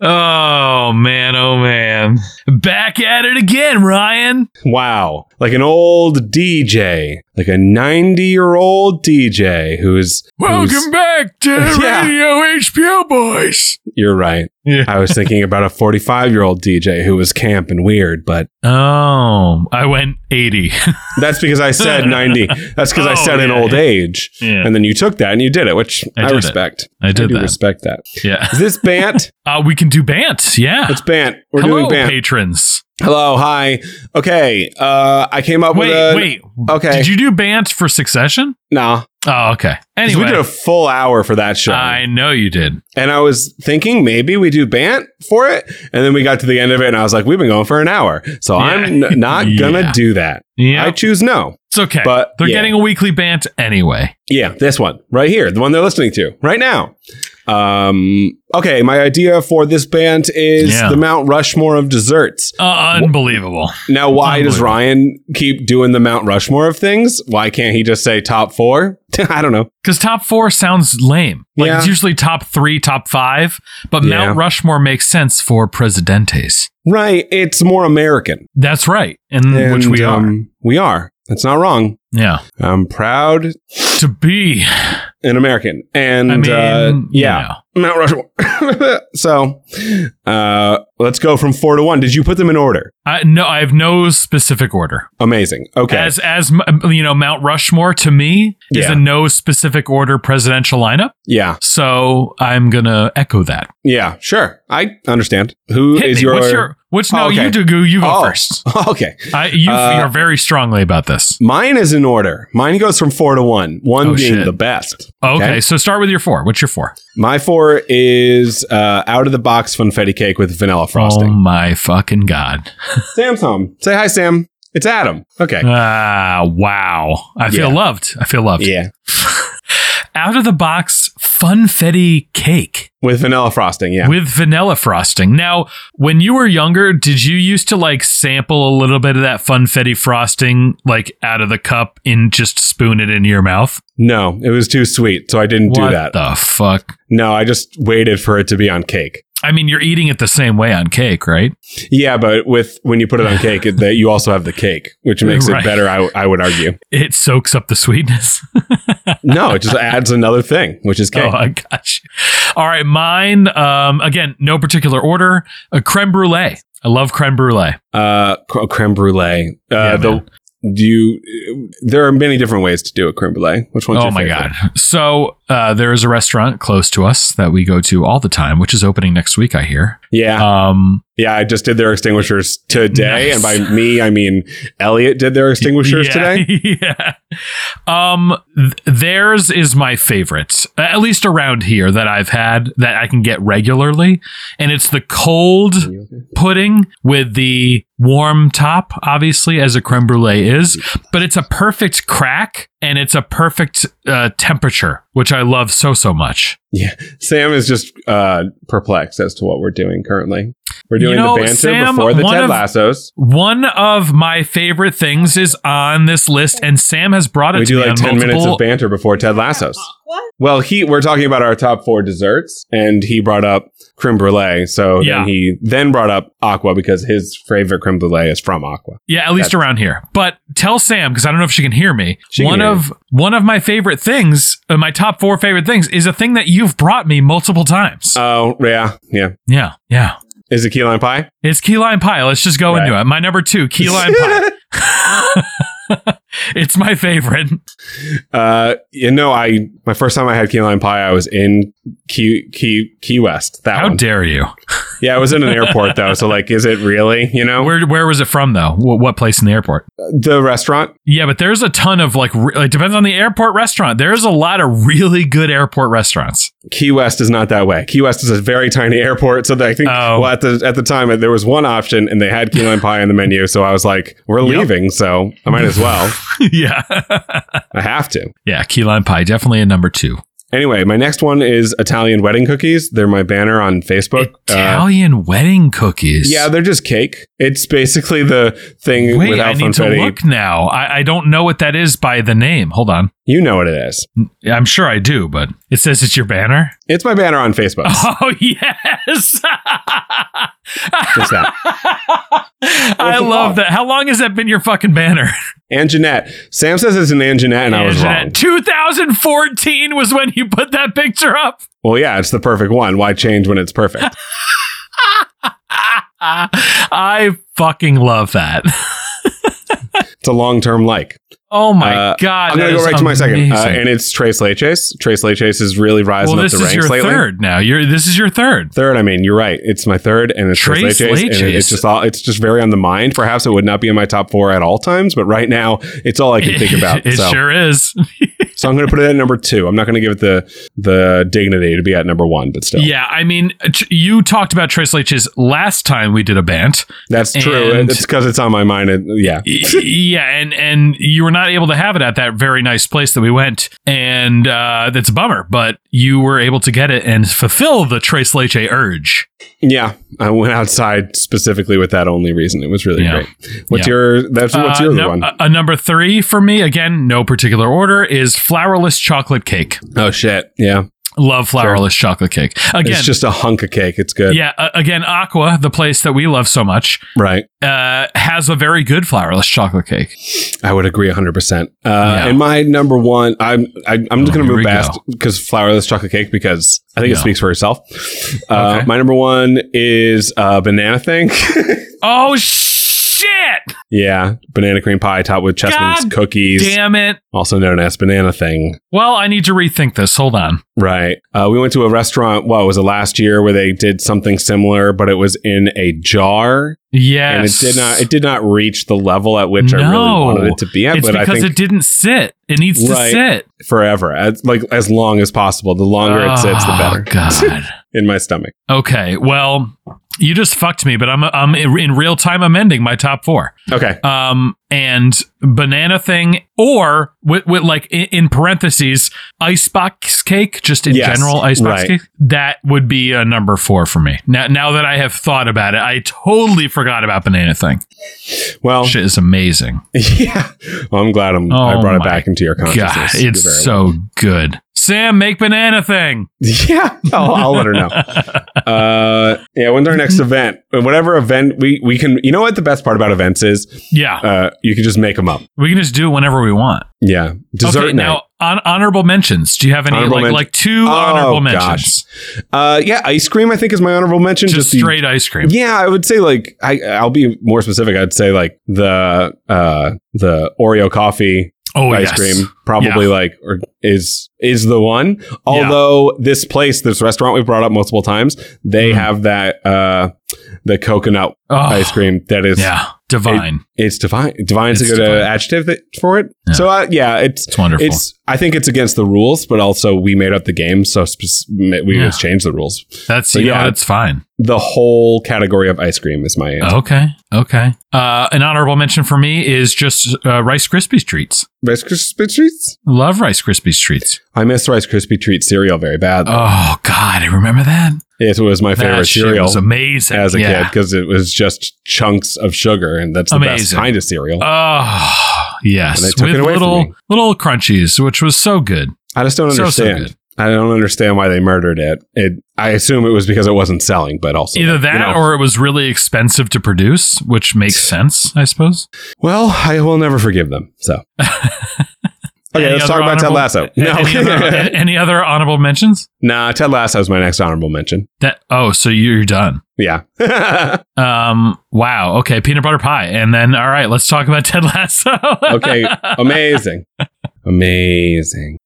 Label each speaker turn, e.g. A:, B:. A: Oh man, oh man. Back at it again, Ryan.
B: Wow. Like an old DJ, like a 90 year old DJ who's. who's-
A: back to
B: Yeah.
A: Radio HBO Boys.
B: You're right.
A: Yeah.
B: I was thinking about a 45 year old DJ who was camp and weird, but
A: Oh, I went 80.
B: that's because I said 90. That's because I
A: Oh,
B: said an
A: yeah,
B: old
A: yeah.
B: age.
A: Yeah.
B: And then you took that and you did it, which
A: I
B: I,
A: did it.
B: respect.
A: I did
B: do
A: that.
B: respect that.
A: Yeah.
B: Is this Bant?
A: Uh, we can do Bant. Yeah.
B: it's Bant. We're
A: Hello,
B: doing Bant.
A: patrons.
B: Hello, hi. Okay, uh, I came up
A: Wait,
B: with a
A: wait.
B: Okay,
A: Did you do Bant for Succession?
B: nah. 'Cause
A: Oh, okay. Anyway,
B: we did a full hour for that show,
A: I know you did.
B: and I was thinking maybe we do Bant for it, and then we got to the end of it, and I was like, we've been going for an hour, so
A: Yeah.
B: I'm n- not
A: Yeah.
B: gonna do that.
A: Yeah,
B: I choose no.
A: it's okay.
B: but,
A: they're
B: yeah.
A: getting a weekly Bant anyway.
B: Yeah, this one right here, the one they're listening to right now. Um, okay, my idea for this band is
A: Yeah.
B: the Mount Rushmore of desserts.
A: Uh, unbelievable.
B: Now, why does
A: Unbelievable.
B: Ryan keep doing the Mount Rushmore of things? Why can't he just say top four? I don't know.
A: Because top four sounds lame. Like
B: Yeah.
A: it's usually top three, top five, but
B: Yeah.
A: Mount Rushmore makes sense for presidentes.
B: Right. It's more American.
A: That's right, and,
B: And,
A: Mm, which we are.
B: um, we are. That's not wrong.
A: Yeah,
B: I'm proud
A: to be.
B: an American. And
A: I mean,
B: uh,
A: you
B: yeah,
A: know.
B: Mount Rushmore. so uh, let's go from four to one. Did you put them in order?
A: I, no, I have no specific order.
B: Amazing. Okay.
A: As as m- you know, Mount Rushmore to me is
B: Yeah.
A: a no specific order presidential lineup.
B: yeah.
A: So I'm gonna echo that.
B: Yeah. Sure. I understand. Who is
A: Hit me.
B: your.
A: what's your what's no?
B: Oh, okay.
A: You do go. You go
B: Oh.
A: first.
B: okay.
A: I, you
B: Uh,
A: feel very strongly about this.
B: Mine is in order. Mine goes from four to one, One
A: Oh,
B: being
A: shit.
B: the best.
A: Okay,
B: okay.
A: so start with your four. What's your four?
B: My four is uh, out of the box funfetti cake with vanilla
A: Oh
B: frosting.
A: my fucking god!
B: Sam's home. Say hi, Sam. It's Adam. Okay.
A: Ah, wow. I feel
B: Yeah.
A: loved. I feel loved.
B: Yeah.
A: Out of the box funfetti cake
B: With vanilla frosting. Yeah.
A: with vanilla frosting. Now, when you were younger, did you used to like sample a little bit of that funfetti frosting like out of the cup and just spoon it into your mouth?
B: no, it was too sweet. So I didn't
A: what
B: do that.
A: the fuck?
B: no, I just waited for it to be on cake.
A: I mean, you're eating it the same way on cake, right?
B: Yeah. But with when you put it on cake, it, that you also have the cake, which makes
A: Right.
B: it better, I, I would argue.
A: It soaks up the sweetness.
B: No, it just adds another thing, which is cake.
A: Oh, I got you. All right, mine. Um, again, no particular order. A creme brulee. I love creme brulee.
B: Uh, cr- creme brulee. Uh,
A: Yeah,
B: the, do you, there are many different ways to do a creme brulee. Which one's
A: oh
B: your
A: my
B: favorite?
A: god! So uh, there is a restaurant close to us that we go to all the time, which is opening next week. I hear.
B: Yeah.
A: Um,
B: Yeah, I just did their extinguishers today,
A: Nice.
B: and by me I mean Elliot did their extinguishers
A: yeah,
B: today.
A: Yeah. Um, th- theirs is my favorite, at least around here that I've had that I can get regularly, and it's the cold pudding with the warm top, obviously, as a creme brulee is, but it's a perfect crack and it's a perfect uh, temperature, which I love so, so much.
B: Sam is just uh, perplexed as to what we're doing currently. We're doing
A: You know,
B: the banter
A: Sam,
B: before the
A: one
B: Ted
A: of-
B: Lassos.
A: One of my favorite things is on this list, and Sam has brought it
B: We
A: to
B: do
A: me
B: like
A: on
B: ten minutes
A: multiple-
B: of banter before Ted Lassos.
C: What?
B: Well, he we're talking about our top four desserts, and he brought up creme brulee. So
A: Yeah.
B: then he then brought up aqua because his favorite creme brulee is from aqua.
A: Yeah, at least
B: That's-
A: around here. But tell Sam because I don't know if she can hear me.
B: She can
A: one
B: hear
A: of one of my favorite things, uh, my top four favorite things, is a thing that you've brought me multiple times.
B: Oh yeah, yeah.
A: yeah, yeah.
B: Is it key lime pie?
A: It's key lime pie. Let's just go
B: Right.
A: into it. My number two, key lime pie. it's my favorite.
B: Uh, you know, I my first time I had key lime pie, I was in Key Key Key West. That
A: How
B: one,
A: dare you?
B: yeah, I was in an airport though. So like, is it really? You know,
A: Where where was it from though? What, what place in the airport?
B: the restaurant.
A: Yeah, but there's a ton of like. Re- it depends on the airport restaurant. There's a lot of really good airport restaurants.
B: Key West is not that way. Key West is a very tiny airport, so I think
A: Oh.
B: well at the at the time there was one option and they had key lime pie on the menu, so I was like, we're
A: Yep.
B: leaving, so I might as well.
A: yeah,
B: I have to.
A: yeah. Key lime pie definitely a number two.
B: Anyway, my next one is Italian wedding cookies. They're my banner on Facebook. Uh,
A: Italian wedding cookies.
B: yeah, they're just cake. It's basically the thing
A: Wait, I
B: without
A: need to
B: funfetti.
A: look now. I, I don't know what that is by the name. Hold on.
B: You know what it is.
A: I'm sure I do, but it says it's your banner.
B: It's my banner on Facebook.
A: Oh yes.
B: Just that.
A: I
B: it
A: love
B: called?
A: that. How long has that been your fucking banner?
B: And Jeanette. Sam says it's an and Jeanette, and I was wrong.
A: 2014 was when you put that picture up.
B: Well, yeah, it's the perfect one. Why change when it's perfect?
A: I fucking love that.
B: It's a long term like.
A: Oh my
B: Uh,
A: god.
B: I'm
A: that
B: going to go
A: is
B: right to my second. Uh,
A: amazing.
B: and it's Trace Leches. Trace Leches is really rising
A: well,
B: up
A: this
B: the
A: is
B: ranks
A: your
B: lately.
A: third now. You're this is your third.
B: Third, I mean, you're right. It's my third, and it's Trace,
A: Trace
B: Leches, and it-
A: Leches.
B: it's just all. It's just very on the mind. Perhaps it would not be in my top four at all times, but right now, it's all I can think about.
A: it
B: so,
A: sure is.
B: so I'm going to put it at number two. I'm not going to give it the the dignity to be at number one, but still,
A: Yeah, I mean, tr- you talked about Trace Leach's last time we did a band.
B: that's true.
A: And-
B: it's because it's on my mind. And, yeah,
A: Y- yeah, and and you were not able to have it at that very nice place that we went, and uh, that's a bummer. But you were able to get it and fulfill the Trace Leche urge.
B: yeah. I went outside specifically with that only reason. It was really
A: Yeah.
B: great. What's
A: Yeah.
B: your? That's what's
A: Uh,
B: your other
A: no-
B: one?
A: A, a number three for me, again, no particular order, is flourless chocolate cake.
B: oh shit! Yeah,
A: Love flourless chocolate cake. Again,
B: it's just a hunk of cake. It's good.
A: yeah, uh, again, Aqua, the place that we love so much,
B: Right.
A: uh, has a very good flourless chocolate cake.
B: I would agree 100%. Uh,
A: Yeah.
B: And my number one, I'm I, I'm
A: Oh,
B: just
A: here
B: going to
A: we
B: move
A: go.
B: fast because flourless chocolate cake because I think
A: Yeah.
B: it speaks for itself. Uh,
A: Okay.
B: My number one is uh, banana thing.
A: Oh, shit!
B: yeah, banana cream pie topped with chestnuts
A: God
B: cookies,
A: Damn it.
B: also known as banana thing.
A: Well, I need to rethink this. Hold on.
B: Right. Uh, we went to a restaurant. What was it last year where they did something similar, but it was in a jar, and it
A: Yes.
B: did not it did not reach the level at which I really
A: No.
B: wanted it to be at.
A: it's
B: but I
A: because
B: think
A: it didn't sit. It needs
B: Right.
A: to sit.
B: forever, as, like as long as possible. The longer it sits, the
A: Oh,
B: better.
A: God.
B: in my stomach.
A: okay. Well, you just fucked me, but I'm I'm in real time amending my top four.
B: Okay.
A: Um, and banana thing, or with, with like in, in parentheses, icebox cake, just in
B: Yes,
A: general icebox
B: right.
A: cake. That would be a number four for me. Now, now that I have thought about it, I totally forgot about banana thing.
B: Well,
A: Shit is amazing.
B: yeah. Well, I'm glad I'm, I
A: Oh
B: brought it
A: my
B: back into your consciousness.
A: God,
B: You're
A: it's
B: very
A: so good. Sam, make banana thing.
B: Yeah, I'll, I'll let her know. Uh, yeah, when's our next event? Whatever event we we can. You know what the best part about events is?
A: Yeah,
B: Uh, you can just make them up.
A: we can just do it whenever we want.
B: Yeah, dessert
A: okay,
B: night.
A: now on, honorable mentions. Do you have any
B: Honorable
A: like
B: men-
A: like two
B: Oh,
A: honorable
B: gosh.
A: mentions?
B: Uh, yeah, ice cream. I think is my honorable mention.
A: Just,
B: the-
A: straight ice cream.
B: yeah, I would say like I. I'll be more specific. I'd say like the uh the Oreo coffee
A: oh,
B: ice
A: yes.
B: cream probably like or is is the one although this place this restaurant we brought up multiple times they
A: Mhm.
B: have that uh the coconut
A: Oh,
B: ice cream that is
A: Yeah, divine.
B: it's divine divine's
A: It's
B: a good
A: divine.
B: Uh, adjective that, for it
A: Yeah.
B: so uh, yeah it's
A: it's wonderful.
B: it's i think it's against the rules but also we made up the game so spec- we
A: Yeah.
B: just changed the rules
A: That's
B: so
A: you know,
B: yeah.
A: that's fine.
B: the whole category of ice cream is my answer.
A: Okay, okay. Uh, an honorable mention for me is just uh, Rice Krispies treats.
B: rice krispie treats
A: Love Rice Krispies treats.
B: i miss rice krispie treat cereal very bad
A: Oh God, I remember that.
B: it was my favorite
A: that shit
B: cereal
A: was amazing
B: as a
A: yeah.
B: kid because it was just chunks of sugar, and that's the best
A: Amazing.
B: kind of
A: Uh,
B: cereal.
A: Oh yes,
B: And they took
A: with
B: it away from
A: little
B: me.
A: little crunchies, which was so good.
B: I just don't
A: so, so
B: understand.
A: good.
B: I don't understand why they murdered it. it. I assume it was because it wasn't selling, but also
A: Either
B: you
A: that
B: know.
A: or it was really expensive to produce, which makes sense, I suppose.
B: well, I will never forgive them. So okay,
A: Any
B: let's talk
A: other
B: about Ted
A: honorable-
B: Lasso.
A: any, other,
B: No,
A: any other honorable mentions?
B: nah, Ted Lasso is my next honorable mention.
A: That oh, so you're done.
B: Yeah,
A: Um. Wow. Okay. Peanut butter pie, and then all right. Let's talk about Ted Lasso.
B: Okay, amazing, amazing.